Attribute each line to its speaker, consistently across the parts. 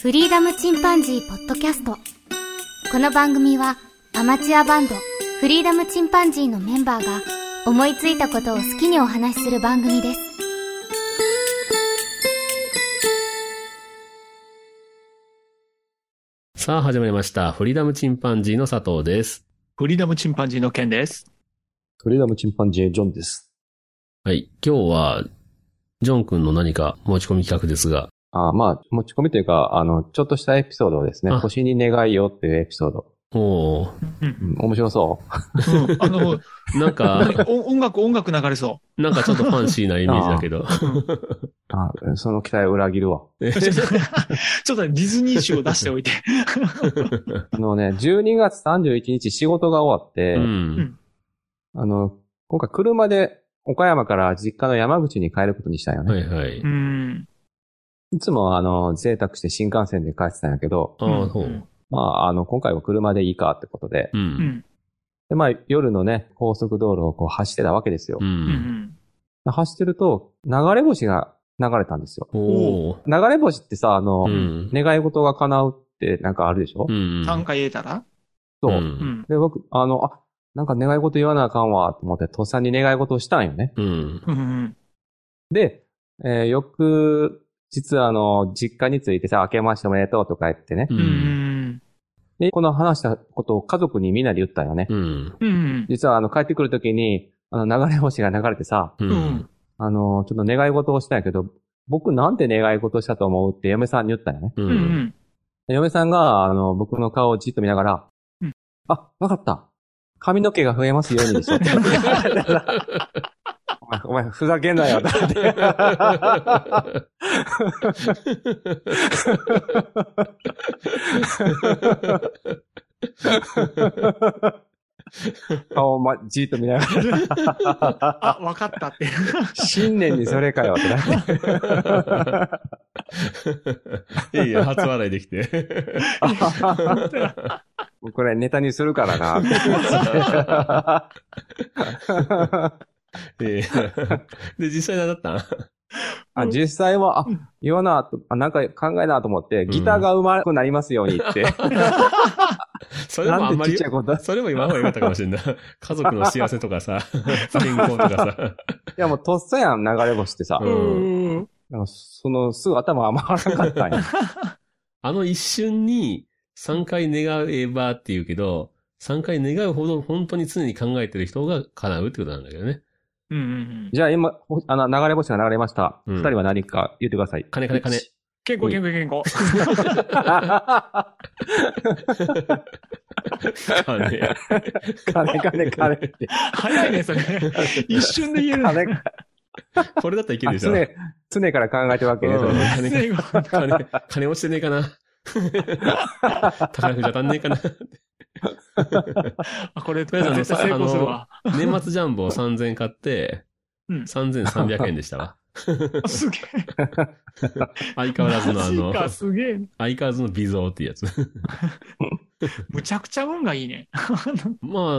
Speaker 1: フリーダムチンパンジーポッドキャスト。この番組はアマチュアバンドフリーダムチンパンジーのメンバーが思いついたことを好きにお話しする番組です。
Speaker 2: さあ始まりました。フリーダムチンパンジーの佐藤です。
Speaker 3: フリーダムチンパンジーの件です。
Speaker 4: フリーダムチンパンジージョンです。
Speaker 2: はい。今日は、ジョン君の何か持ち込み企画ですが、
Speaker 4: あーまあ、持ち込みというか、あの、ちょっとしたエピソードをですね
Speaker 2: あ、
Speaker 4: 星に願いよっていうエピソード。
Speaker 2: おー
Speaker 3: うん
Speaker 4: うん、面白そう。
Speaker 3: うんあの、
Speaker 2: なん
Speaker 3: なん
Speaker 2: か、
Speaker 3: かお音楽、音楽流れそ
Speaker 2: なんかちょっとファンシーなイメージだけど。
Speaker 3: う。うん
Speaker 4: あーその期待を裏切るわ。
Speaker 2: え
Speaker 3: ちょっとちょっとディズニー集を出しておいて。
Speaker 4: あのね、12月31日仕事が終わって、
Speaker 2: うん。
Speaker 4: あの、今回車で岡山から実家の山口に帰ることにしたんよね。、
Speaker 2: はいいはい。
Speaker 3: うん。
Speaker 4: つもあの、贅沢して新幹線で帰ってたんやけど、
Speaker 2: ああ、そう。
Speaker 4: まあ、あの、今回は車でいいかってことで、
Speaker 2: う。
Speaker 3: うんん。
Speaker 4: でまあ、夜のね、高速道路をこう走ってたわけですよ
Speaker 2: う。。
Speaker 3: うんん。
Speaker 4: 走ってると、流れ星が流れたんですよ。
Speaker 2: おー
Speaker 4: 流れ星ってさ、あの、
Speaker 2: うん。
Speaker 4: 願い事が叶うってなんかあるでしょ、
Speaker 2: うん。
Speaker 3: 3回言えたら
Speaker 4: そう、
Speaker 3: うん。
Speaker 4: で、僕、あの、あ、なんか願い事言わなあかんわ、と思って、とっさに願い事をしたんよね。
Speaker 2: うん。
Speaker 3: うん。
Speaker 4: で、えー、よく、実はあの、実家についてさ、明けましておめでとうとか言ってね
Speaker 2: う。。
Speaker 3: うんん。
Speaker 4: で、この話したことを家族にみんなで言ったんよね。
Speaker 2: うん。
Speaker 3: うん。
Speaker 4: 実はあの、帰ってくるときに、あの、流れ星が流れてさ、
Speaker 2: う
Speaker 3: うんん。
Speaker 4: あの、ちょっと願い事をしたんやけど、僕なんて願い事したと思うって嫁さんに言ったんよね。
Speaker 2: う。
Speaker 3: うん ん。
Speaker 4: 嫁さんが、あの、僕の顔をじっと見ながら、
Speaker 3: うん
Speaker 4: あ、わかった。髪の毛が増えますように でしょ。お前、お前、ふざけんなよ。顔を、ま、じっと見なが
Speaker 3: あ、わかったって。
Speaker 4: ら、新年にそれ かよ ってなって。
Speaker 2: いいよ、初笑いできて。
Speaker 4: これネタにするからな って。
Speaker 2: え えで、実際何だったん
Speaker 4: あ実際は、あ、言わなと、あ、なんか考えなと思って、ギターが上手くなりますようにって。
Speaker 2: それも
Speaker 4: な
Speaker 2: あん
Speaker 4: ん
Speaker 2: ま
Speaker 4: てちっ
Speaker 2: り
Speaker 4: ちゃいこと。い
Speaker 2: それも今までよかったかもしれない。家族の幸せとか さ、健康とか
Speaker 4: やもうとっさやん、流れ星ってさ
Speaker 2: さ。。
Speaker 3: うん。
Speaker 4: なんかその、すぐ頭回らなかったんや。
Speaker 2: あの一瞬に3回願えばって言うけど、3回願うほど本当に常に考えてる人が叶うってことなんだけどね。
Speaker 3: うん。
Speaker 4: じゃあ今、ほあの、流れ星が流れました。
Speaker 2: うん
Speaker 4: 二、人は何か言ってください。
Speaker 2: 金金金
Speaker 4: 一。
Speaker 3: 健康、健康、健康。
Speaker 2: 金。
Speaker 4: 金金金って。
Speaker 3: 早いね、それ。一瞬で言える。
Speaker 4: 金、
Speaker 2: これだったらいける
Speaker 4: あ
Speaker 2: でしょ。
Speaker 4: 常、常から考えてるわけね。それね
Speaker 2: うん金
Speaker 3: 最後
Speaker 2: 金、金落ちてねえかな。 宝くじ当たんねえかな。
Speaker 3: あ、これ、
Speaker 2: とりあえずあの
Speaker 3: 絶対成功するわ。
Speaker 2: 年末ジャンボ3000円買って、
Speaker 3: うん
Speaker 2: 3300円でした わ。
Speaker 3: あすげえ。
Speaker 2: 相変わらずのあの
Speaker 3: マジ、かすげえ。
Speaker 2: 相変わらずの微増っていうやつ。
Speaker 3: むちゃくちゃ運がいいね。
Speaker 2: まあ、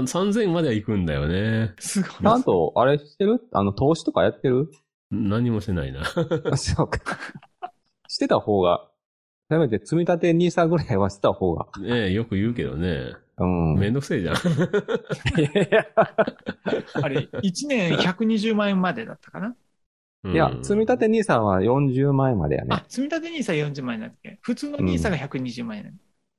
Speaker 2: 3000までは行くんだよね。
Speaker 3: すごい。
Speaker 4: なんと、あれしてるあの、投資とかやってる
Speaker 2: 何もしてない な。
Speaker 4: あそうか。してた方が、せめて積み立て NISA ぐらいはしてた方が。
Speaker 2: ねえ、よく言うけどね。
Speaker 4: うん。
Speaker 2: めんどくせえじゃん。
Speaker 4: いやいや
Speaker 3: あれ、1年120万円までだったかな。
Speaker 2: うん
Speaker 4: いや、積み立て NISA は40万円までやね
Speaker 3: あ。、積立 NISA40 万円だっけ普通の NISA が120万円なの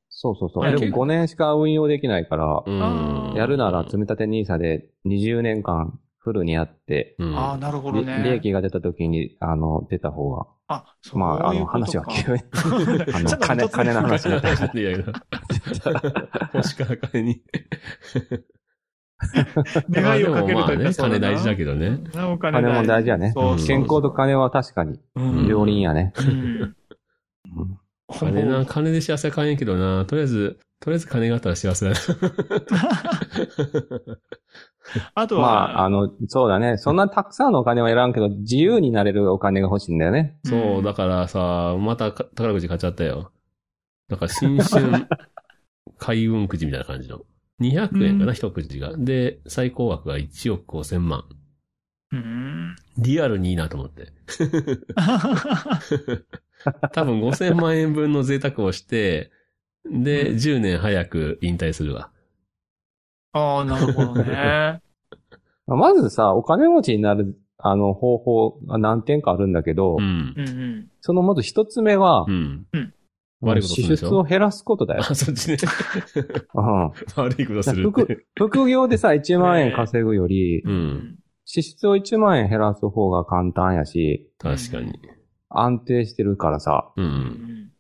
Speaker 4: そうそうそう。
Speaker 3: あ
Speaker 4: でも5年しか運用できないから、
Speaker 2: うん
Speaker 4: やるなら積み立て NISA で20年間フルにやって、
Speaker 2: うん
Speaker 3: ああ、なるほど
Speaker 4: り
Speaker 3: ね。
Speaker 4: 利益が出た時に、あの、出た方が。
Speaker 3: あ、そう
Speaker 4: まあ、あの、話は 急に。あの、金、金の話になったから。
Speaker 2: いやいや。 星から金に。
Speaker 3: 願いをかける
Speaker 2: ま
Speaker 3: と
Speaker 2: あ
Speaker 3: いう
Speaker 2: ね、
Speaker 3: か、
Speaker 2: 金大事だけどね。
Speaker 3: ど。お金
Speaker 4: 金も大事やね。
Speaker 3: そうそう
Speaker 4: 健康と金は確かに、
Speaker 3: うん
Speaker 4: 両輪やね。
Speaker 3: うん
Speaker 4: うん
Speaker 3: ほん
Speaker 2: 金な、
Speaker 3: ぼ
Speaker 2: 金で幸せは買えんけどな。とりあえず、とりあえず金があったら幸せだな。
Speaker 3: あと
Speaker 4: まあ、
Speaker 3: は、
Speaker 4: あの、そうだね。そんなたくさんのお金はいらんけど、自由になれるお金が欲しいんだよね。
Speaker 2: そう、だからさ、またか宝くじ買っちゃったよ。だから新 春、開運くじみたいな感じの。200円か
Speaker 3: う
Speaker 2: な、
Speaker 3: ん
Speaker 2: 一くじが。で、最高額が1億5千万。
Speaker 3: うん。
Speaker 2: リアルにいいなと思って。多分5000万円分の贅沢をして、で、10年早く引退するわ。
Speaker 3: ああ、なるほどね。
Speaker 4: まあまずさ、お金持ちになる、あの、方法が何点かあるんだけど、
Speaker 2: うん
Speaker 3: う。んうん。
Speaker 4: そのまず一つ目は
Speaker 2: う、ん。
Speaker 4: あの
Speaker 2: 悪いことす
Speaker 4: 支
Speaker 2: るでしょ
Speaker 4: 出を減らすことだよ
Speaker 2: あ、。そっちね。
Speaker 4: うん。
Speaker 2: 悪いことするって。
Speaker 4: 副副業でさ、1万円稼ぐより、
Speaker 2: う。
Speaker 3: うん
Speaker 4: 支出を1万円減らす方が簡単やし、
Speaker 2: 確かに。
Speaker 4: 安定してるからさ、
Speaker 2: う。
Speaker 3: うんん。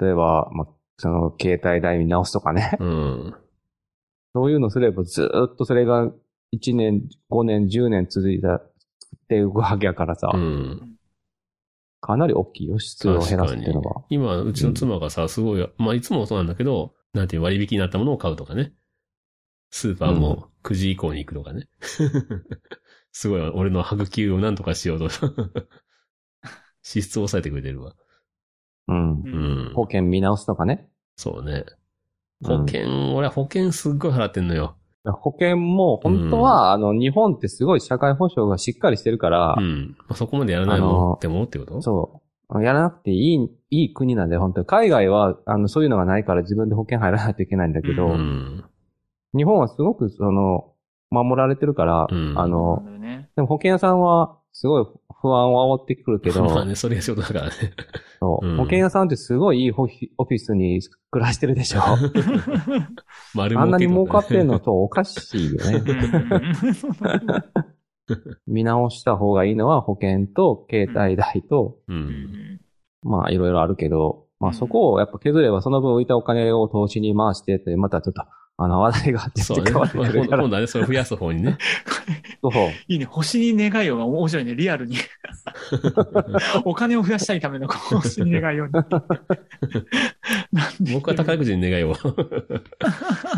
Speaker 4: 例えば、まあ、その、携帯代見直すとかね、
Speaker 2: うん。
Speaker 4: そういうのすればずーっとそれが1年、5年、10年続いたっていうわけやからさ、
Speaker 2: うん。
Speaker 4: かなり大きいよ、支出を減らすっていうのは。
Speaker 2: 今、うちの妻がさ、すごい、まあ、いつもそうなんだけど、なんていう割引になったものを買うとかね。スーパーも9時以降に行くとかね。 すごい、俺の白球をなんとかしようと。 支出を抑えてくれてるわ。
Speaker 4: うん
Speaker 3: う。。
Speaker 2: うんん。
Speaker 4: 保険見直すとかね。
Speaker 2: そうね。
Speaker 4: うん
Speaker 2: 保険、俺は保険すっごい払ってんのよ。
Speaker 4: 保険も、本当は、あの、日本ってすごい社会保障がしっかりしてるから
Speaker 2: う、ん。まあ、そこまでやらないもんってもってこと
Speaker 4: そう。やらなくていい、いい国なんだよ、本当に。海外は、あの、そういうのがないから自分で保険入らないといけないんだけど、
Speaker 3: う
Speaker 2: うん。
Speaker 4: 日本はすごく、その、守られてるから、
Speaker 2: うん
Speaker 4: あ
Speaker 3: なる
Speaker 4: の
Speaker 3: ほ、どね。
Speaker 4: でも保険屋さんは、すごい不安を煽ってくるけ ど、
Speaker 2: まあね、それが仕事だからね。
Speaker 4: そう
Speaker 2: うん
Speaker 4: 保険屋さんってすごいいいオフィオフィスに暮らしてる でしょ。
Speaker 2: 丸
Speaker 4: あんなに儲かっ
Speaker 2: 儲け
Speaker 4: てん
Speaker 2: と
Speaker 4: の
Speaker 2: ね
Speaker 4: とおかしいよ
Speaker 3: う
Speaker 4: ね。
Speaker 3: んうん
Speaker 4: 見直した方がいいのは保険と携帯代と、
Speaker 2: う。
Speaker 3: うんん
Speaker 4: まあいろいろあるけど、まあ
Speaker 3: うん
Speaker 4: そこをやっぱ削ればその分浮いたお金を投資に回してって、またちょっと、あの話題があって
Speaker 2: そうね。
Speaker 4: 変
Speaker 2: ま
Speaker 4: わ
Speaker 2: あ
Speaker 4: ってく
Speaker 2: 今
Speaker 4: るか
Speaker 2: 度
Speaker 4: ら
Speaker 2: 今。度はね、それを増やす方にね。
Speaker 4: そう。
Speaker 3: いいね。星に願いようが面白いね。リアル に。お金を増やしたいための星に願いように。なんで
Speaker 2: 僕は宝くじに願いを。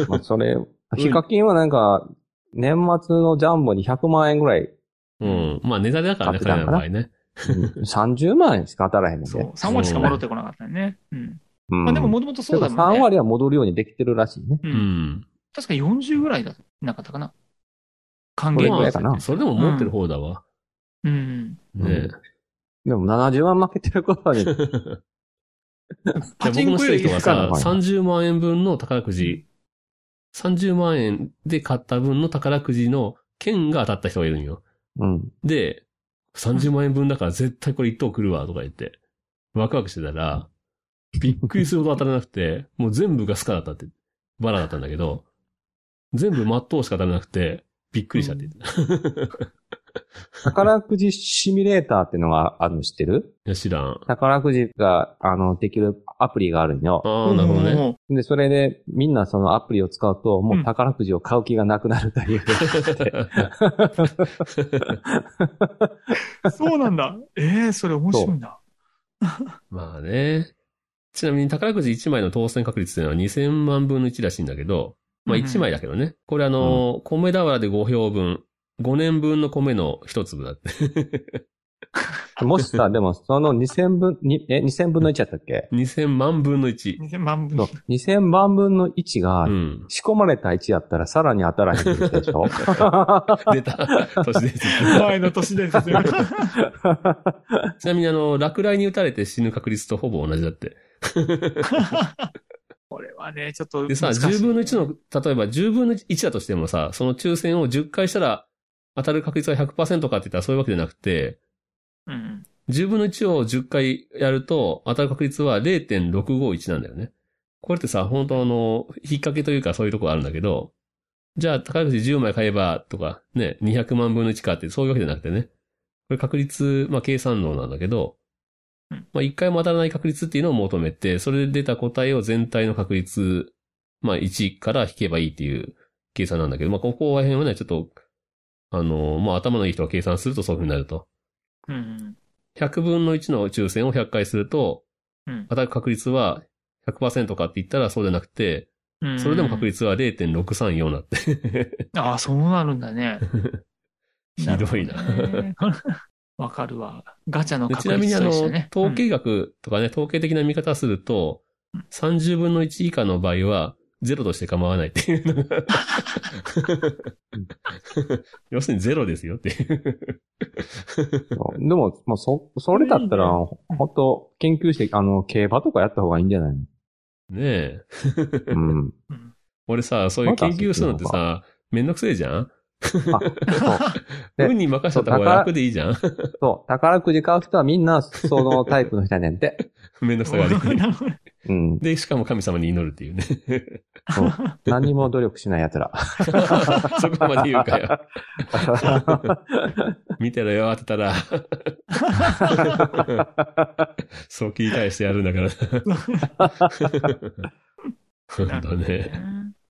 Speaker 4: まあそれ、ヒカキンはなんか、年末のジャンボに100万円ぐらい、
Speaker 2: うん。まあ、ネタだからね、
Speaker 4: 買
Speaker 2: 彼ら
Speaker 4: ってた
Speaker 2: の
Speaker 4: んか
Speaker 2: 場
Speaker 4: な
Speaker 2: 合ね。
Speaker 4: 30万円しか当たらへんねん
Speaker 3: そ
Speaker 4: で。
Speaker 3: う。3割しか戻ってこなかったよね。うん。
Speaker 4: うん
Speaker 3: まあでももともとそうだもんね。
Speaker 4: 3割は戻るようにできてるらしいね。
Speaker 3: う。
Speaker 2: うんん。
Speaker 3: 確か40ぐらいだなかったかな。還
Speaker 4: これ
Speaker 3: 元
Speaker 4: ぐらい
Speaker 3: 率
Speaker 4: かな。
Speaker 2: それでも持ってる方だわ。
Speaker 3: うん。
Speaker 4: うん
Speaker 2: ね
Speaker 4: でも70万負けてるこ とに、
Speaker 2: え。
Speaker 3: パ
Speaker 2: 僕
Speaker 3: チン
Speaker 2: の
Speaker 3: コ
Speaker 2: 知って
Speaker 3: より
Speaker 2: る人が
Speaker 3: 安
Speaker 2: さ
Speaker 3: かっ、
Speaker 4: 安いから
Speaker 2: 30万円分の宝くじ、30万円で買った分の宝くじの券が当たった人がいるんよ。
Speaker 4: うん。
Speaker 2: で、30万円分だから絶対これ一等来るわ、とか言って。ワクワクしてたら、びっくりするほど当たらなくて、もう全部がスカだったって、バラだったんだけど、全部真っ当しか当たらなくて、びっくりしたって言ってた。
Speaker 4: 宝くじシミュレーターってのがあるの知ってる
Speaker 2: いや、知らん。
Speaker 4: 宝くじが、あの、できるアプリがあるんよ。
Speaker 2: あ
Speaker 3: た。
Speaker 2: あ、なるほどね。
Speaker 3: ね。
Speaker 4: で、それで、みんなそのアプリを使うと、もう宝くじを買う気がなくなるという。
Speaker 3: そうなんだ。ええ、それ面白いな。
Speaker 2: まあね。ちなみに宝くじ1枚の当選確率っていうのは2000万分の1らしいんだけど、まあ1枚だけどね。これあのー、米俵で5票分、5年分の米の1粒だって。
Speaker 4: もしさ、でもその2000分、にえ、2000分の1やったっけ
Speaker 2: 2000万分の1。
Speaker 3: 2000万分
Speaker 4: そ
Speaker 3: の
Speaker 4: う。2000万分の1が
Speaker 2: う、ん。
Speaker 4: 仕込まれた1やったらさらに当たらへんってことでし ょ
Speaker 2: 出た。都市伝説
Speaker 3: 前の年伝説。
Speaker 2: ちなみにあの、落雷に打たれて死ぬ確率とほぼ同じだって。
Speaker 3: これはね、ちょっと
Speaker 2: で
Speaker 3: 難しい。
Speaker 2: さ、10分の1の、例えば10分の1だとしてもさ、その抽選を10回したら当たる確率が100%かって言ったらそういうわけじゃなくて、
Speaker 3: うん。
Speaker 2: 10分の1を10回やると、当たる確率は0.651なんだよね。これってさ、本当あの、引っ掛けというかそういうとこあるんだけど、じゃあ、宝くじ10枚買えば、とか、ね、200万分の1かって、そういうわけじゃなくてね。これ確率、まあ、計算能なんだけど
Speaker 3: うん、
Speaker 2: まあ、1回も当たらない確率っていうのを求めて、それで出た答えを全体の確率、まあ、1から引けばいいっていう計算なんだけど、まあ、ここら辺はね、ちょっと、あの、まあ、頭のいい人が計算するとそういう風になると。
Speaker 3: うん。
Speaker 2: 100分の1の抽選を100回すると、
Speaker 3: うん
Speaker 2: 当たる確率は100%かって言ったらそうじゃなくて、
Speaker 3: うん
Speaker 2: それでも確。率は0.634だって。
Speaker 3: ああ、そうなるんだね。
Speaker 2: ひどいな
Speaker 3: るほどね。わかるわ。ガチャの
Speaker 2: でちな
Speaker 3: 確
Speaker 2: みに
Speaker 3: 率
Speaker 2: あ
Speaker 3: と
Speaker 2: の
Speaker 3: 一緒ね。、
Speaker 2: 統計学とかね、統計的な見方すると、30分の1以下の場合は、ゼロとして構わないっていうの が。要するにゼロですよっていう。
Speaker 4: そうでも、まあ、そ、それだったら、ほんと、研究して、あの、競馬とかやった方がいいんじゃないの
Speaker 2: ねえ。
Speaker 4: うん。
Speaker 3: うん
Speaker 2: 俺さ、そういう研究するのってさ、めんどくせえじゃん
Speaker 4: あ、そう。 で
Speaker 2: 運に任せた方が楽でいいじゃん
Speaker 4: そう、宝くじ買う人はみんな、そのタイプの人やねんって。
Speaker 2: めんどくさがり。
Speaker 3: なるほど
Speaker 4: うん。
Speaker 2: で、しかも神様に祈るっていうね。
Speaker 4: そう何も努力しない奴ら。
Speaker 2: そこ まで言うかよ。見てろよ、当てたら。 そう切り返してやるんだから。そうだね。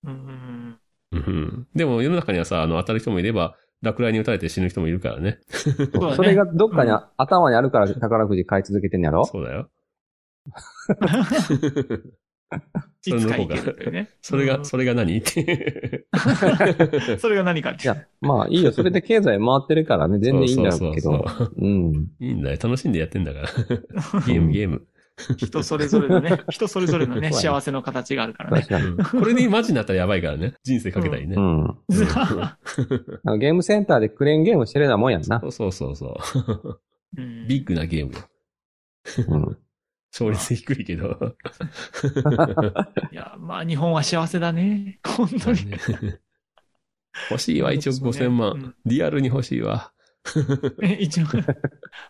Speaker 3: うん
Speaker 2: うんでも世の中にはさ、あの、当たる人もいれば、落雷に打たれて死ぬ人もいるからね。
Speaker 3: そうだね
Speaker 4: それがどっかにあ、頭にあるから宝くじ買い続けてんやろ
Speaker 2: そうだよ。
Speaker 3: いつか行けるっていうね。
Speaker 2: それ
Speaker 3: う
Speaker 2: が、
Speaker 3: ん
Speaker 2: それが何って。
Speaker 3: それが何かって
Speaker 4: い。や、まあいいよ。それで経済回ってるからね、全然いいんだろ
Speaker 2: そうう
Speaker 4: け
Speaker 2: そう
Speaker 4: ど。
Speaker 2: そう
Speaker 4: うん。
Speaker 2: いいんだよ。楽しんでやってんだ から。ゲーム、ゲーム。
Speaker 3: 人それぞれ のね、人それぞれのね、
Speaker 4: そうやね
Speaker 3: 幸せの形があるからね
Speaker 4: 確。かに。
Speaker 2: これにマジになったらやばいからね。人生かけたりね
Speaker 4: う。ん。あのゲームセンターでクレーンゲームしてるようなもんやんな
Speaker 2: そ。うそうそうそう。
Speaker 3: うん
Speaker 2: ビッグなゲームよ。
Speaker 4: うん。
Speaker 2: 勝率低い けど。
Speaker 3: いや、まあ日本は幸せだね。本当に。
Speaker 2: 欲しいわ、1億5000万。リアルに欲しいわ。
Speaker 3: え、一応。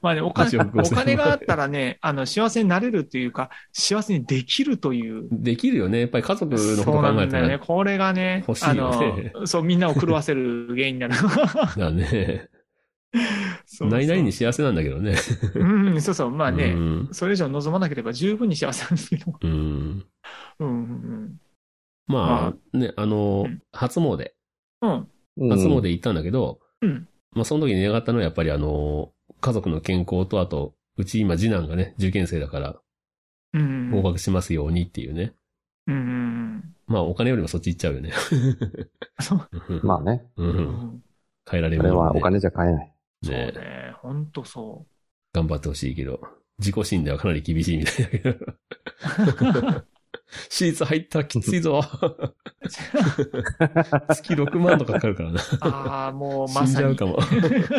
Speaker 3: まあね、お金、
Speaker 2: 一億五
Speaker 3: お
Speaker 2: 千万
Speaker 3: 金があったらね、あの、幸せになれるというか、幸せにできるという。
Speaker 2: できるよね。やっぱり家族のこと
Speaker 3: そうな
Speaker 2: 考え
Speaker 3: ん
Speaker 2: た
Speaker 3: だよね。
Speaker 2: ら。
Speaker 3: これがね、
Speaker 2: 欲しい
Speaker 3: あ
Speaker 2: よね
Speaker 3: の、そう、みんなを狂わせる原因 になる。
Speaker 2: だね。
Speaker 3: そう
Speaker 2: ないないに幸せなんだけどね。
Speaker 3: うん、そうそう、まあ
Speaker 2: う
Speaker 3: ね、
Speaker 2: ん
Speaker 3: それ以上望まなければ十分に幸せなんですけど。
Speaker 2: うん。
Speaker 3: うん、うん
Speaker 2: まあ、ね、あの
Speaker 3: うん、
Speaker 2: 初詣。
Speaker 3: うん。うん。
Speaker 4: うん
Speaker 2: 初詣行ったんだけど、
Speaker 3: うん
Speaker 2: まあその時に願ったのはやっぱりあの、家族の健康と、あと、うち今次男がね、受験生だから
Speaker 3: うん。
Speaker 2: 合格しますようにっていうね。
Speaker 3: うんうん
Speaker 2: まあお金よりもそっち行っちゃうよね。
Speaker 3: そう
Speaker 4: まあね。
Speaker 2: うんう。
Speaker 3: うんん。
Speaker 2: 変えられ
Speaker 4: そ
Speaker 2: る
Speaker 4: れ
Speaker 2: もん
Speaker 4: はお
Speaker 2: ね
Speaker 4: 金じゃ買えない。
Speaker 3: そう
Speaker 2: ね
Speaker 3: ね。ほんとそ
Speaker 2: 頑張ってほしいけど、自己診ではかなり厳しいみたいだけど。シーツ入ったらきついぞ。月6万とかかかるからな。
Speaker 3: う。ああ、もう
Speaker 2: 死
Speaker 3: ま
Speaker 2: ん
Speaker 3: さ
Speaker 2: じゃう
Speaker 3: に
Speaker 2: か。も。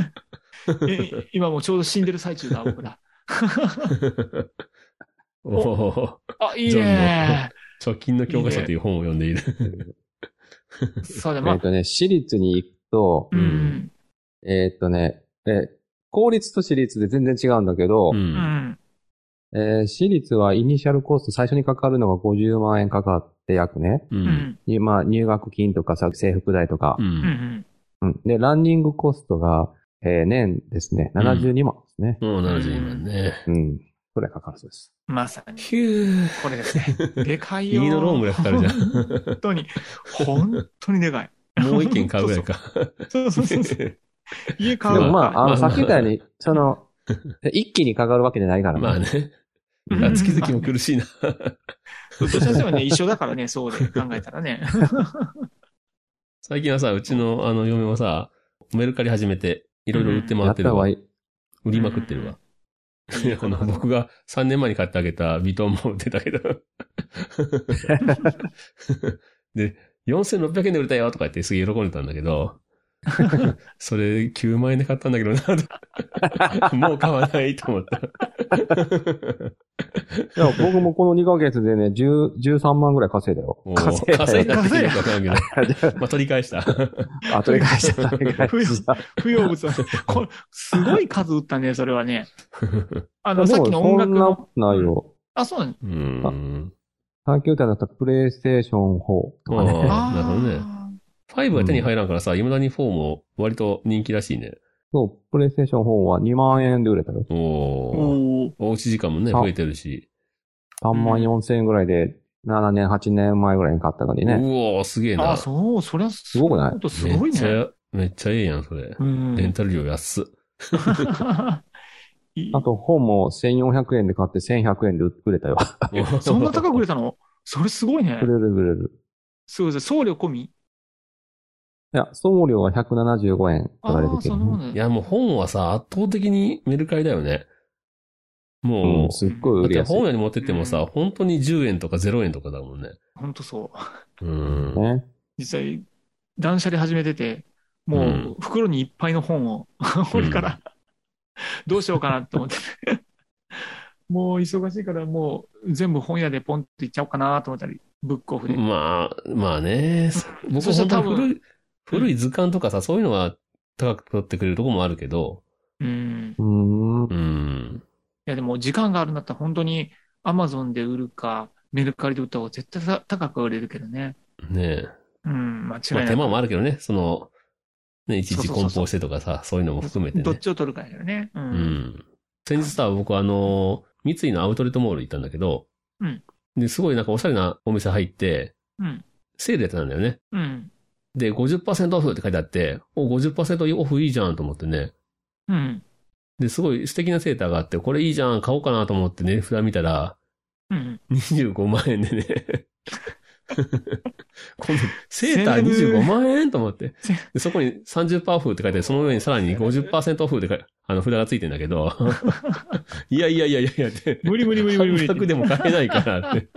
Speaker 3: え今もうちょうど死んでる最中だ、僕ら。
Speaker 2: おお
Speaker 3: あ、いいね。
Speaker 2: 貯金の教科書という本を読んでいる。
Speaker 3: そうだ、ま
Speaker 4: えっ
Speaker 3: あ、
Speaker 4: とね、私立に行くと
Speaker 3: う、ん。
Speaker 4: えっとね、え、公立と私立で全然違うんだけど
Speaker 2: う、。
Speaker 3: うんん。
Speaker 4: えー私立はイニシャルコースト最初にかかるのが50万円かかって約ね。
Speaker 2: う。
Speaker 3: うんん。
Speaker 4: にまあ入学金とかさ、制服代とか
Speaker 2: う。。
Speaker 3: うんん。
Speaker 4: うんで、ランニングコストが、えー年ですね、72万ですね。
Speaker 2: もう72万ね。
Speaker 4: うん。それかかるそうです。
Speaker 3: まさに、
Speaker 2: ヒュ
Speaker 3: これです ね。でかい
Speaker 2: ー。
Speaker 3: よ。
Speaker 2: 右のローンぐらいかかるじゃ
Speaker 3: 本当に、本当にでかい。
Speaker 2: ん。もう一軒買うぐらいか。
Speaker 3: そうそうそうそう。家買
Speaker 4: で
Speaker 3: う
Speaker 4: もまあ、あ
Speaker 2: まあ
Speaker 4: の、さっき言ったように、その、一気にかかるわけじゃないから
Speaker 2: まあ。ね。
Speaker 3: うん
Speaker 2: あ月々も苦しいな。
Speaker 3: どちらにしてもね、一緒だからね、そうで考えたらね。
Speaker 2: 最近はさ、うちのあの嫁もさ、メルカリ始めて、いろいろ売って回
Speaker 4: や
Speaker 2: っ
Speaker 4: ってた
Speaker 2: る
Speaker 4: 方
Speaker 2: わ
Speaker 4: がい。い。
Speaker 2: 売りまくってるわ。いや、この僕が3年前に買ってあげたビトンも売ってたけど。で、4600円で売れたよとか言ってすげえ喜んでたんだけど、それ9万円で買ったんだけどなと、もう買わないと思った。
Speaker 4: いや、僕もこの2ヶ月でね、10 13万ぐらい稼いだよ。
Speaker 2: もう
Speaker 4: 稼いだ
Speaker 2: 稼い
Speaker 4: よ。
Speaker 2: だって言うのかわからんけど、まあ取り返した。
Speaker 4: あ、取り返した、取り返した。
Speaker 3: 不要物は、これ、すごい数打ったね、それは ね。あ
Speaker 4: でも
Speaker 3: の、さっきの音楽
Speaker 4: そんなこ
Speaker 3: の。
Speaker 4: とないよ。
Speaker 3: あ、そうなの
Speaker 2: うん。
Speaker 4: さっき言ったようになったプレイステーション4とか
Speaker 2: あー
Speaker 4: ね。
Speaker 2: なるほどね
Speaker 3: あ
Speaker 2: 5が手に入らんからさ、未だに4も割と人気らしいね。
Speaker 4: そう、プレイステーション4は2万円で売れたよ。
Speaker 3: ー
Speaker 2: おー。
Speaker 3: おー
Speaker 2: おうち時間もね、
Speaker 4: あ
Speaker 2: 増えてるし。
Speaker 4: 3万4千円ぐらいで、7年、8年前ぐらいに買ったのに
Speaker 2: う
Speaker 4: ね。
Speaker 2: おー、すげえな。
Speaker 3: あ、そう、そりゃす
Speaker 4: ごくない
Speaker 3: ほんとすご
Speaker 2: めっ
Speaker 3: い
Speaker 2: ち
Speaker 3: ね。
Speaker 2: ゃ、めっちゃええやん、それ。
Speaker 3: うん。
Speaker 2: レンタル料安っ。
Speaker 3: いい
Speaker 4: あと本も1400円で買って1100円で売れたよ。
Speaker 3: そんな高く売れたのそれすごいね
Speaker 4: 売。れる売れる。
Speaker 3: すごいです送料込み
Speaker 4: いや、送料は175円
Speaker 3: あ
Speaker 4: 取られ
Speaker 3: あ、
Speaker 4: るけ
Speaker 3: そ
Speaker 4: ど
Speaker 3: んなも
Speaker 4: ね。
Speaker 3: ん
Speaker 2: い
Speaker 3: ね。
Speaker 2: や、もう本はさ、圧倒的にメルカリだよね。もう、
Speaker 4: うん、すっご
Speaker 2: だ
Speaker 4: い
Speaker 2: っ
Speaker 4: 売り
Speaker 2: て
Speaker 4: やすい
Speaker 2: 本。屋に持ってってもさ、本当に10円とか0円とかだもんね。
Speaker 3: ほんとそう。
Speaker 2: うん。
Speaker 4: ね。
Speaker 3: 実際、断捨離始めてて、
Speaker 2: う
Speaker 3: も
Speaker 2: ん
Speaker 3: う袋にいっぱいの本を、俺から、どうしようかなと思って。 もう忙しいから、もう全部本屋でポンっていっちゃおうかなと思ったり、ブックオフで。
Speaker 2: まあ、まあね。僕
Speaker 3: そした
Speaker 2: 本当に
Speaker 3: ら多分
Speaker 2: 古い、古い図鑑とかさ、そういうのは高く取ってくれるとこもあるけど、
Speaker 3: うん。いう
Speaker 4: ーん
Speaker 2: う。ん。
Speaker 3: や、でも時間があるんだったら本当にアマゾンで売るか、メルカリで売った方が絶対さ高く売れるけどね。
Speaker 2: ねえ。
Speaker 3: うん、間違い
Speaker 2: まあ
Speaker 3: ない。
Speaker 2: 手間もあるけどね、その、ね、いちいち
Speaker 3: そうそ
Speaker 2: 梱
Speaker 3: うそうそう
Speaker 2: 包してとかさ、そういうのも含めて
Speaker 3: どっ
Speaker 2: ね。
Speaker 3: ちを取るかやけどね。う。
Speaker 2: うんん。先日さ、僕あの、三井のアウトレットモール行ったんだけど、
Speaker 3: うん
Speaker 2: で、すごいなんかおしゃれなお店入って、
Speaker 3: うん。
Speaker 2: セールやってたんだよね。
Speaker 3: うん。
Speaker 2: で、50%オフって書いてあって、お、50%オフいいじゃんと思ってね。
Speaker 3: うん。
Speaker 2: で、すごい素敵なセーターがあって、これいいじゃん、買おうかなと思って値札見たら、
Speaker 3: うん。
Speaker 2: 25万円でね。 このセーター
Speaker 3: セール
Speaker 2: 25万円と思って。 でそこに30%オフって書いてある、その上にさらに50%オフって書いあの、札がついてんだけ ど。いやいやいやいやいやって。
Speaker 3: 無理無理無理無理無理
Speaker 2: 半額でも買えないからって。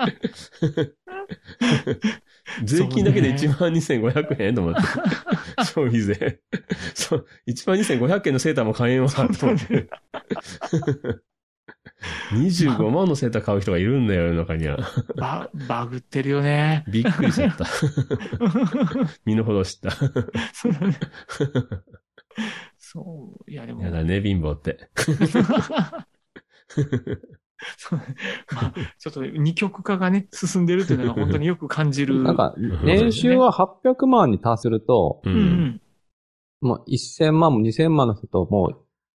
Speaker 2: 税金だけで12,500円と思って。消費税。そう、12,500円のセーターも買えんわ、と思って。25万のセーター買う人がいるんだよ、世の中には。
Speaker 3: バ、バグってるよね。
Speaker 2: びっくりしちゃった。 身の程知った。
Speaker 3: そうだね。そう。いや、でも。
Speaker 2: やだね、貧乏って。
Speaker 3: そうまあ、ちょっと二極化がね、進んでるっていうのが本当によく感じる。
Speaker 4: なんか、年収は800万に達すると、
Speaker 2: う。
Speaker 3: うんうんん。
Speaker 4: もう1000万も2000万の人ともう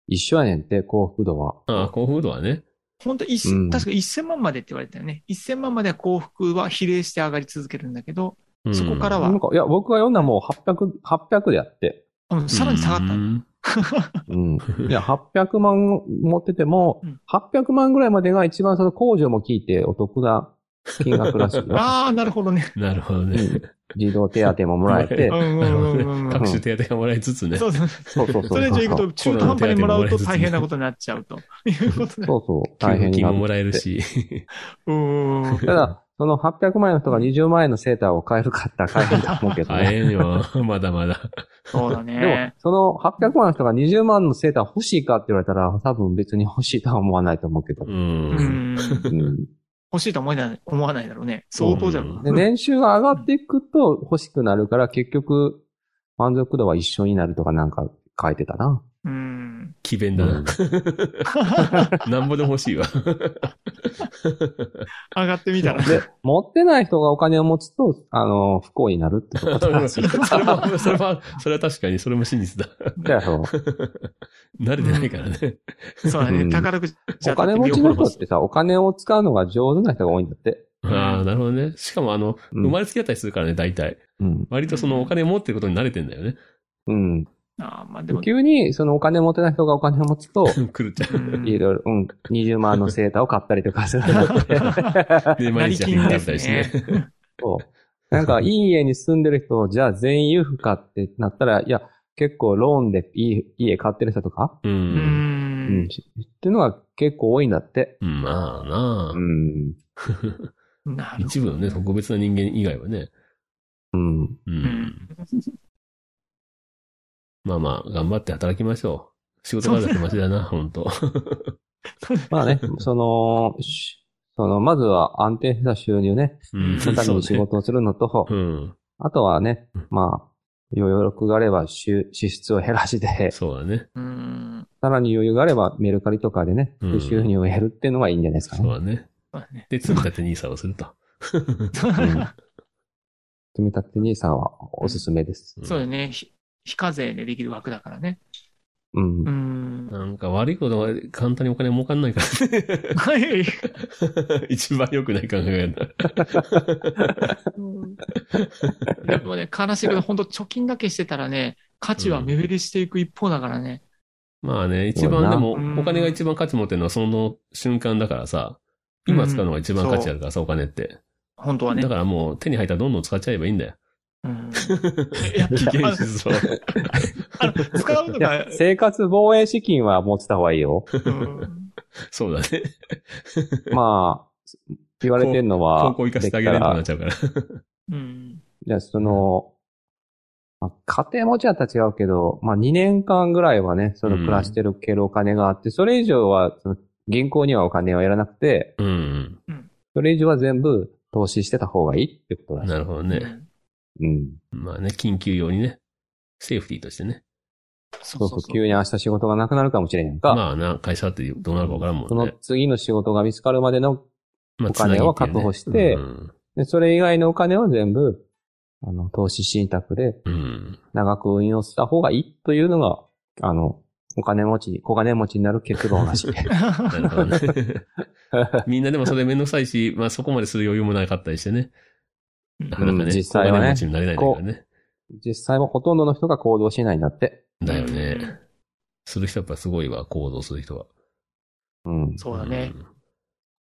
Speaker 4: 一緒やねんって、幸福度は。
Speaker 2: ああ、幸福度はね。
Speaker 3: 本当一、
Speaker 4: うん
Speaker 3: 確か1000万までって言われたよね。1000万までは幸福は比例して上がり続けるんだけど、
Speaker 2: うん
Speaker 3: そこからは
Speaker 4: なんか、いや、僕が読んだらもう800、800でやって。
Speaker 3: うんさらに下がった
Speaker 2: う
Speaker 3: の。
Speaker 2: ん
Speaker 4: うん。いや、800万持ってても
Speaker 3: うん、
Speaker 4: 800万ぐらいまでが一番その控除も効いてお得な金額らしいよ
Speaker 3: ああ、なるほどね。
Speaker 2: なるほど
Speaker 4: う
Speaker 2: ね。
Speaker 4: ん児童手当ももらえて
Speaker 3: う、ん う
Speaker 2: なるほ
Speaker 3: ん
Speaker 2: ど
Speaker 3: うんう
Speaker 2: ね。
Speaker 3: んうん。
Speaker 2: 各種手当がもらいつつね。
Speaker 3: そうそう。
Speaker 4: そうそうそうそう。
Speaker 3: それ以上いくと中途半端にもらうと大変なことになっちゃうと。いうことだ。
Speaker 4: そうそう、
Speaker 2: 給
Speaker 4: 大変
Speaker 2: 付金
Speaker 4: にな
Speaker 2: も
Speaker 4: る
Speaker 2: もらえるし。
Speaker 3: うん。
Speaker 4: ただ、その800万円の人が20万円のセーターを買えるかったら買えると思うけど
Speaker 2: 大
Speaker 4: ね。
Speaker 2: 変よ。 まだまだ。
Speaker 3: そうだ
Speaker 4: でも
Speaker 3: ね。、
Speaker 4: その800万の人が20万のセーター欲しいかって言われたら、多分別に欲しいとは思わないと思うけど
Speaker 2: う。。
Speaker 3: うんん。
Speaker 4: うん
Speaker 3: 欲しいと思えない、思わないだろうね。相当じゃ。
Speaker 2: うんん
Speaker 4: で、年収が上がっていくと欲しくなるから、結局、満足度は一緒になるとかなんか書いてたな。
Speaker 3: うん。
Speaker 2: 奇弁だな。 なんぼでも欲しいわ。
Speaker 3: 上がってみたら。
Speaker 4: で、持ってない人がお金を持つと、あの、不幸になるってことだし
Speaker 2: それは、それは、それは確かに、それも真実だ。
Speaker 4: だよ。
Speaker 2: 慣れてないからね。
Speaker 3: そうだ
Speaker 4: う
Speaker 3: ね。
Speaker 4: ん
Speaker 3: 宝くじ
Speaker 4: お金持ちの人ってさ、お金を使うのが上手な人が多いんだって。
Speaker 3: ん
Speaker 2: ああ、なるほどね。しかも、あの、
Speaker 4: うん
Speaker 2: 生まれつきだったりするからね、大体。
Speaker 4: うん。
Speaker 2: 割とそのお金持ってることに慣れてんだよね。
Speaker 4: うん。
Speaker 3: ああ、まあでも、
Speaker 4: 急に、そのお金持てない人がお金を持つと、
Speaker 2: 狂 っちゃ
Speaker 3: う
Speaker 2: う。
Speaker 3: ん
Speaker 4: いろいろ、うん、20万のセーターを買ったりとかするんだって。
Speaker 2: で、毎日
Speaker 3: 成金
Speaker 2: や
Speaker 3: で
Speaker 2: ったりし
Speaker 3: す
Speaker 2: て
Speaker 3: ね
Speaker 2: ね。
Speaker 4: そう。なんか、いい家に住んでる人、じゃあ全員裕福かってなったら、いや、結構ローンでいい家買ってる人とか、
Speaker 2: う。
Speaker 3: うん
Speaker 4: うんん、。しっていうのが結構多いんだって。
Speaker 2: まあなあ。
Speaker 4: うん。
Speaker 3: なるほ
Speaker 2: 一部のね、特別な人間以外はね。
Speaker 4: うん。
Speaker 2: う
Speaker 3: ど。うん
Speaker 2: ん。。まあまあ、頑張って働きましょう。仕事までってマシだな、本当
Speaker 4: まあね、その、しその、まずは安定した収入ね、
Speaker 2: うん。
Speaker 4: のために仕
Speaker 2: ね。
Speaker 4: 事をするのと、
Speaker 2: うん。
Speaker 4: あとはね
Speaker 2: うん、
Speaker 4: まあ、余裕があれば収支出を減らして、
Speaker 2: そうだね。
Speaker 3: うん。
Speaker 4: さらに余裕があればメルカリとかでね、
Speaker 2: うん
Speaker 4: 収入を減るっていうのがいいんじゃないですか
Speaker 2: そうだ
Speaker 4: ね。
Speaker 2: ね。
Speaker 3: そうだね。
Speaker 2: で、積み立て NISA をすると。
Speaker 4: 組み立て兄さんはおすすめです。
Speaker 3: そうだね。ひ非課税でできる枠だからね。
Speaker 4: うん
Speaker 3: う。ん。
Speaker 2: なんか悪いことが簡単にお金儲かんないから ね。
Speaker 3: はい。
Speaker 2: 一番良くない考えだ。
Speaker 3: でもね、悲しいけど、本当貯金だけしてたらね、価値は目減りしていく一方だからね。
Speaker 2: まあね、一番でも
Speaker 3: そうだなう、ん
Speaker 2: お金が一番価値持ってるのはその瞬間だからさ、今使うのが一番価値あるからさ、お金って。
Speaker 3: 本当はね
Speaker 2: だ。からもう手に入ったらどんどん使っちゃえばいいんだよ。
Speaker 3: うん。い や、
Speaker 2: 危
Speaker 3: あ
Speaker 2: 険
Speaker 3: の
Speaker 2: しそう。
Speaker 3: あの使うの
Speaker 4: いや
Speaker 3: が、
Speaker 4: 生活防衛資金は持ってた方がいいよ。
Speaker 3: うん
Speaker 2: そうだね。
Speaker 4: まあ、言われてんのは、
Speaker 2: 高校行かせてあげれんとなっちゃうから。
Speaker 3: うん。
Speaker 4: じゃあ、その、まあ、家庭持ちだったら違うけど、まあ、2年間ぐらいはね、その暮らしてるけどお金があって、それ以上は、その銀行にはお金はやらなくて、
Speaker 2: うん。
Speaker 4: それ以上は全部投資してた方がいいってことらしい。
Speaker 2: なるほどね。
Speaker 4: うん。
Speaker 2: まあね、緊急用にね。セーフティーとしてね。
Speaker 3: そ
Speaker 4: そう
Speaker 3: そ
Speaker 4: うそうう
Speaker 3: そう。
Speaker 4: 急に明日仕事がなくなるかもしれへんか、
Speaker 2: まあな、会社ってどうなるかわからんも
Speaker 4: そ
Speaker 2: ん
Speaker 4: の
Speaker 2: ね。
Speaker 4: 次の仕事が見つかるまでの、
Speaker 2: まあ、
Speaker 4: お金を確保し
Speaker 2: つ
Speaker 4: て
Speaker 2: なぎっていうね
Speaker 4: でそれ以外のお金を全部、あの、投資信託で
Speaker 2: うん。うん
Speaker 4: 長く運用した方がいいというのが、あの、お金持ち、小金持ちになる結論ら しい。
Speaker 2: なる ほどね。みんなでもそれめんどくさいし、まあそこまでする余裕もなかったりしてね。なかなかね、
Speaker 4: 実際は
Speaker 2: 高
Speaker 4: ね
Speaker 2: 金持ちになれないんだからね。
Speaker 4: 実際はほとんどの人が行動しないんだって。
Speaker 2: だよね。する人はやっぱすごいわ、行動する人は。
Speaker 4: うん。
Speaker 3: そうだね
Speaker 2: う。ん。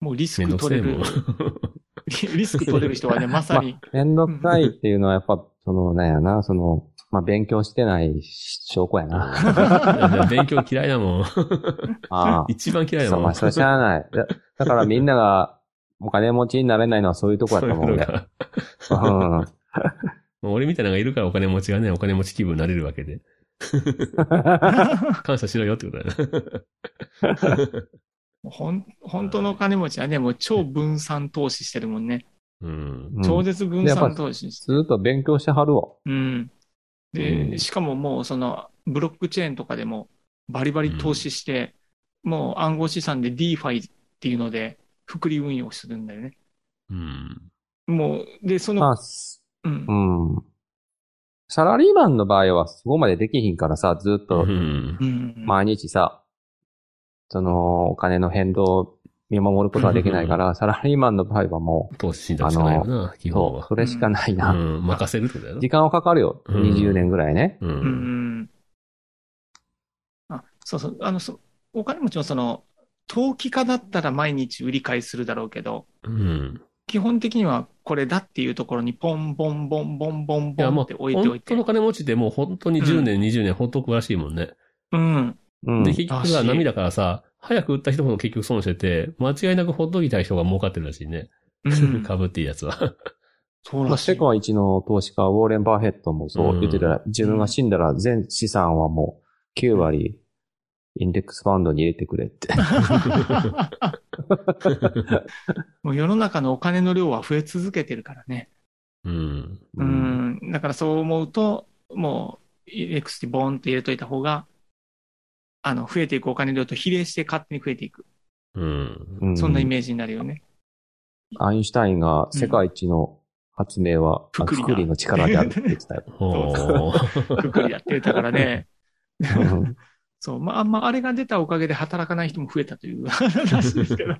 Speaker 3: もうリス
Speaker 2: めん
Speaker 3: ク
Speaker 2: どく
Speaker 3: 取
Speaker 2: せえ
Speaker 3: れ
Speaker 2: も
Speaker 3: る
Speaker 2: ん。。
Speaker 3: リリスク取れる人はね、まさに。
Speaker 4: めんどくさいっていうのはやっぱ、その、なんやな、その、まあ、勉強してない証拠やな。
Speaker 2: 勉強嫌いだもん。
Speaker 4: あ
Speaker 2: 一番嫌
Speaker 4: あ。
Speaker 2: いだ
Speaker 4: そう、
Speaker 2: も
Speaker 4: ま
Speaker 2: ん。
Speaker 4: あ、それしゃあない。だだからみんながお金持ちになれないのはそういうとこや
Speaker 2: そ
Speaker 4: と
Speaker 2: ういう
Speaker 4: 思う
Speaker 2: の
Speaker 4: ね。
Speaker 2: が。
Speaker 4: うん。
Speaker 2: まあ俺みたいなのがいるからお金持ちがね、お金持ち気分になれるわけで。感謝しろよってことだよね。
Speaker 3: ほん、本当のお金持ちはね、もう超分散投資してるもんね。
Speaker 2: うん。
Speaker 4: うん
Speaker 3: 超絶分散投資して
Speaker 4: ずっと勉強してはるわ。
Speaker 3: うん。
Speaker 4: う
Speaker 3: で、
Speaker 4: ん
Speaker 3: しかももうそのブロックチェーンとかでもバリバリ投資して、もう暗号資産で DeFi っていうので、複利運用するんだよね。
Speaker 2: うん。
Speaker 3: もう、で、そ
Speaker 4: ま
Speaker 3: の、
Speaker 4: あ、す
Speaker 3: うん
Speaker 4: う。ん。サラリーマンの場合はそこまでできひんからさ、ずっ
Speaker 2: う
Speaker 4: と
Speaker 2: ん。
Speaker 3: うん。
Speaker 4: 毎日さ、その、お金の変動を見守ることはできないから、サラリーマンの場合はも
Speaker 2: 投資信託しかないよな、基
Speaker 4: う、
Speaker 2: 本
Speaker 4: そう、
Speaker 2: は。
Speaker 4: それしかないうな。
Speaker 2: ん。任せるってことだよ
Speaker 4: 時間はかかるよ。
Speaker 2: うん
Speaker 4: 20年ぐらいね。
Speaker 2: な。う。
Speaker 3: うんん。あ、そうそう。あの、そお金持ちもその、投機家だったら毎日売り買いするだろうけど、
Speaker 2: うん。
Speaker 3: 基本的にはこれだっていうところにポンボンボンボンボン
Speaker 2: いや、
Speaker 3: ボン
Speaker 2: も
Speaker 3: っ
Speaker 2: う
Speaker 3: て、置いてお
Speaker 2: 本
Speaker 3: いて
Speaker 2: 当。の金持ちでもう本当に10年、20年ほっとくらしいもんね。
Speaker 3: うん。
Speaker 4: うん。
Speaker 2: で、結局
Speaker 3: あ
Speaker 2: は
Speaker 3: し
Speaker 2: 波だからさ、早く売った人ほど結局損してて、間違いなくほっときたい人が儲かってるらしいね。
Speaker 3: うん。
Speaker 2: 株っていいやつは。
Speaker 3: そう
Speaker 4: まあ、
Speaker 3: らし
Speaker 4: 世
Speaker 3: い。
Speaker 4: 界一の投資家、ウォーレン・バーヘットもそう言ってたら、自分が死んだら全資産はもう9割、インデックスファンドに入れてくれ って。
Speaker 3: もう世の中のお金の量は増え続けてるからね。
Speaker 2: うん。
Speaker 3: う。ん。だからそう思うと、もう、エクスティボーンって入れといた方が、あの、増えていくお金の量と比例して勝手に増えていく。
Speaker 2: うん。
Speaker 4: う
Speaker 3: そんなイ
Speaker 4: ジ。
Speaker 3: メージになるよね。
Speaker 4: アインシュタインが世界一の発明は、
Speaker 3: うん
Speaker 4: あ
Speaker 3: 福利だ
Speaker 4: 福利の力であるって言ってたよ。
Speaker 2: ほう。
Speaker 3: くくりやってたからね。
Speaker 4: うん
Speaker 3: そう。まあ、あんまあれが出たおかげで働かない人も増えたという 話ですけど。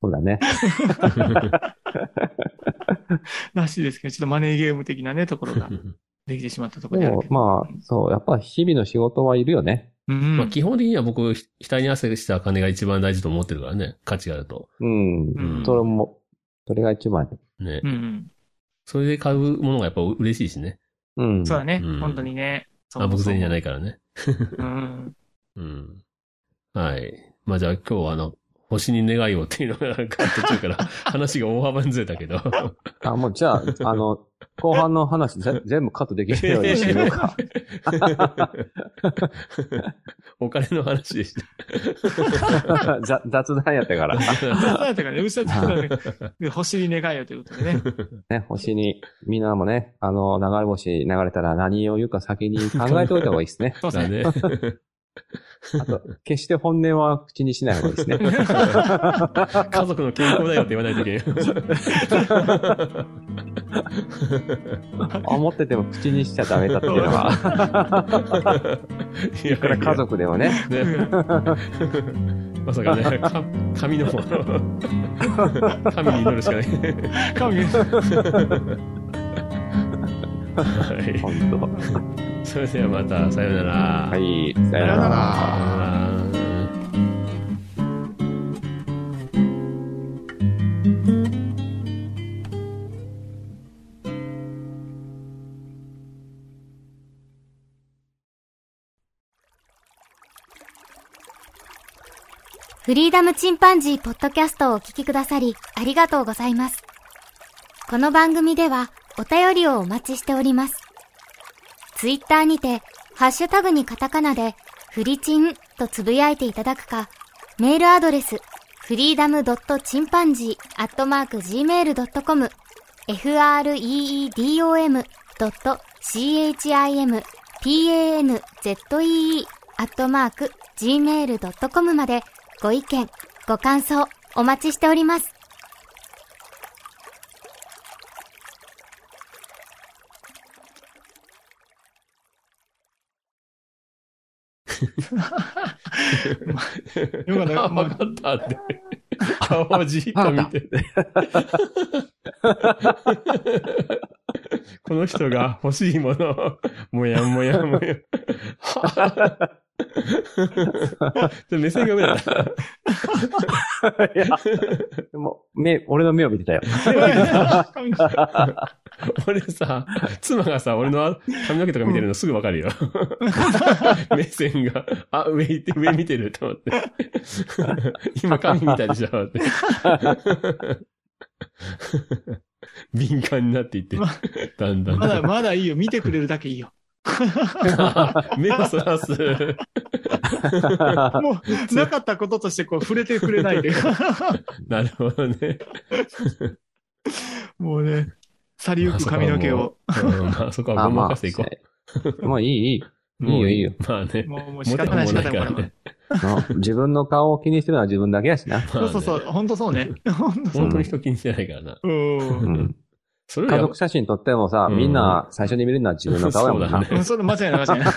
Speaker 4: そう だね。
Speaker 3: らしいですけど、ちょっとマネーゲーム的なね、ところができてしまったところであ
Speaker 4: で
Speaker 3: る
Speaker 4: も
Speaker 3: け、ど。
Speaker 4: まあ、そう、やっぱ日々の仕事はいるよね。
Speaker 3: うん。
Speaker 2: まあ基本的には僕、ひ額に汗した金が一番大事と思ってるからね。価値があると。
Speaker 4: うん。
Speaker 3: うん
Speaker 4: それも、それが一番やと。
Speaker 2: ね
Speaker 3: う。ん。
Speaker 2: それで買うものがやっぱ嬉しいしね。
Speaker 4: うん。
Speaker 3: そうだね。
Speaker 2: うん
Speaker 3: 本当にね。そう。
Speaker 2: あ、僕全員じゃないいからね。
Speaker 3: うん。
Speaker 2: うん。はい。まあじゃあ今日はあの、星に願いをっていうのがなんか途中 から話が大幅にずれたけど。
Speaker 4: あ、もうじゃあ、あの、後半の話ぜ全部カットできるようにしよう か。
Speaker 2: お金の話でした。
Speaker 4: ざ雑談やったから。
Speaker 3: 嘘だったからね、嘘だったからね。で星に願いよということでね。
Speaker 4: ね、星に、みんなもね、あの、流れ星流れたら何を言うか先に考えておいた方がいい ですね。
Speaker 3: そうです
Speaker 2: だ
Speaker 3: ね。
Speaker 2: ね。
Speaker 4: あと、決して本音は口にしない方がいいですね。
Speaker 2: 家族の健康だよって言わないといけない。
Speaker 4: 思ってても口にしちゃダメだっていうのは、
Speaker 2: いや、
Speaker 4: これ家族でもね、
Speaker 2: ね。まさかね、か神の、 神に祈るしかない。
Speaker 3: 神
Speaker 2: は
Speaker 4: 本当。
Speaker 2: い。それではまた、さようなら。は
Speaker 4: はい、さよな
Speaker 3: さよなら
Speaker 4: ら。
Speaker 2: ら。
Speaker 1: フリーダムチンパンジーポッドキャストをお聞きくださり、ありがとうございます。この番組では、お便りをお待ちしております。ツイッターにて、ハッシュタグにカタカナで、フリチンとつぶやいていただくか、メールアドレス、フリーダムドットチンパンジーアットマーク Gmail.com、freedom.chimpanzee アットマーク gmail.com までご意見、ご感想お待ちしております。
Speaker 2: あ、
Speaker 3: よかったよも
Speaker 2: わ
Speaker 3: う
Speaker 2: かったって。顔をじーっと見て て。この人が欲しいものを、もやもやも や。で目線が上だった。
Speaker 4: いや、でも、目、俺の目を見 てたよ。
Speaker 3: 髪の毛
Speaker 2: 俺さ、妻がさ、俺の髪の毛とか見てるのすぐわ かるよ。目線が、あ、上行って、上見てると思 って。今髪見たでしょって。 敏感になっていって、だんだん。
Speaker 3: まだ、まだいいよ。見てくれるだけいいよ。
Speaker 2: 目をそらす。
Speaker 3: もう、なかったこととして、こう、触れてくれないで。
Speaker 2: なるほどね。
Speaker 3: もうね、去りゆく髪の毛を。
Speaker 2: うんまあそこはごまかしていこ
Speaker 4: う。まあいい、いい。
Speaker 2: う。
Speaker 4: まあ
Speaker 2: もう
Speaker 4: いいよいいよ。
Speaker 2: まあね。
Speaker 3: もう、もう仕
Speaker 2: モテ
Speaker 3: 方
Speaker 2: も
Speaker 3: ない仕
Speaker 2: な
Speaker 3: 方
Speaker 2: い
Speaker 3: ない
Speaker 2: か
Speaker 3: これ
Speaker 2: ら
Speaker 3: は。
Speaker 2: ね。
Speaker 4: の自分の顔を気にしてるのは自分だけやしな。
Speaker 2: まあ
Speaker 3: そう
Speaker 2: ね
Speaker 3: そうそう、本当そうね。本当そう。
Speaker 2: 本当に人気にしてないからな。
Speaker 3: う。
Speaker 4: うんん。
Speaker 2: それ
Speaker 4: 家
Speaker 2: よ
Speaker 4: 族写真撮ってもさ、
Speaker 2: うん
Speaker 4: みんな最初に見るのは自分の顔やもん
Speaker 2: そう
Speaker 4: な
Speaker 2: だ。ね
Speaker 3: それ間違いない間違いない。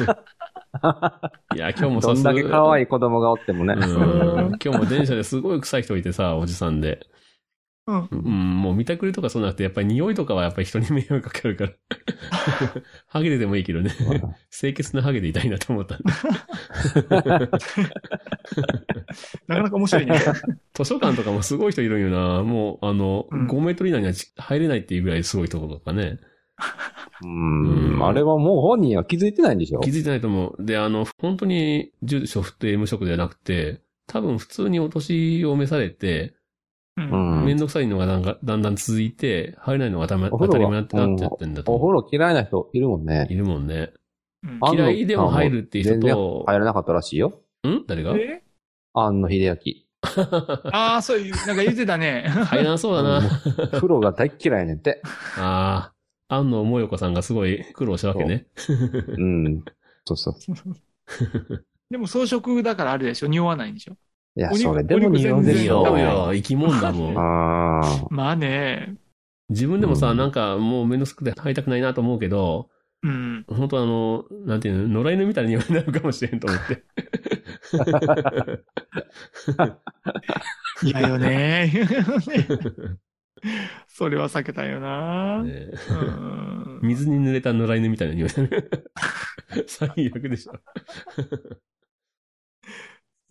Speaker 2: り、いや、今日も
Speaker 4: ど
Speaker 2: さ、
Speaker 4: んだけ可愛
Speaker 2: い。
Speaker 4: い子供がおってもね。
Speaker 2: うん 今日も電車ですごい臭い人いてさ、おじさんで。
Speaker 3: うん
Speaker 2: うん、もう見たくりとかそうなくて、やっぱり匂いとかはやっぱり人に迷惑かかるから。 ハゲててもいいけどね。清潔なハゲでいたいなと思ったんで。
Speaker 3: なかなか面白いね。
Speaker 2: 図書館とかもすごい人いるんよな。もう、あの、
Speaker 3: うん
Speaker 2: 5メートル以内にはじ入れないっていうぐらいすごいところとかね。
Speaker 4: うん。あれはもう本人は気づいてないんでしょ
Speaker 2: 気づいてないと思う。で、あの、本当に住所不定無職ではなくて、多分普通にお年を召されて、
Speaker 3: う。
Speaker 4: うん
Speaker 2: めん
Speaker 4: ん。
Speaker 2: どくさいのがなんかだんだん続いて、入れないのがたま
Speaker 4: お
Speaker 2: 当
Speaker 4: 風
Speaker 2: たり
Speaker 4: 呂
Speaker 2: 前
Speaker 4: は
Speaker 2: になっちゃってんだと
Speaker 4: お
Speaker 2: 思
Speaker 4: 風呂嫌いな人いるもん
Speaker 2: う。い
Speaker 4: ね。
Speaker 2: るもんね。
Speaker 3: うん
Speaker 4: あん
Speaker 2: 嫌
Speaker 4: の
Speaker 2: いでも入るっていう人
Speaker 4: 全然
Speaker 2: と、
Speaker 4: 入らなかったらしいよ。
Speaker 2: ん誰が
Speaker 3: え
Speaker 4: 庵野秀
Speaker 3: ああ、そういう、なんか言ってたね。
Speaker 2: 入らなそうだ
Speaker 4: うん
Speaker 2: な。
Speaker 4: 明。風呂が大っ嫌いやねんて。
Speaker 2: ああ、安野もよこさんがすごい苦労したわけね。
Speaker 4: うん。そうそう。
Speaker 3: でも装飾だからあれでしょ匂わないんでしょ
Speaker 4: いや、
Speaker 3: お肉
Speaker 4: それでも匂う
Speaker 3: お肉全
Speaker 4: で
Speaker 3: 然
Speaker 2: いい
Speaker 4: し
Speaker 2: よ
Speaker 4: ょ。
Speaker 3: ダメだ
Speaker 2: 生き物だもん。
Speaker 4: ああ。
Speaker 3: まあね。
Speaker 2: 自分でもさ、
Speaker 4: うん
Speaker 2: なんかもうめんどくさくて入りたくないなと思うけど、
Speaker 3: うん。
Speaker 2: 本当あの、なんていうの、野良犬みたいな匂いになるかもしれんと思って。
Speaker 3: 嫌よね。 それは避けたいよな。
Speaker 2: ね
Speaker 3: うん
Speaker 2: 水に濡れた野良犬みたいな匂いになる。 最悪でしょ。
Speaker 3: そ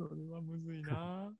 Speaker 3: れはむずいな。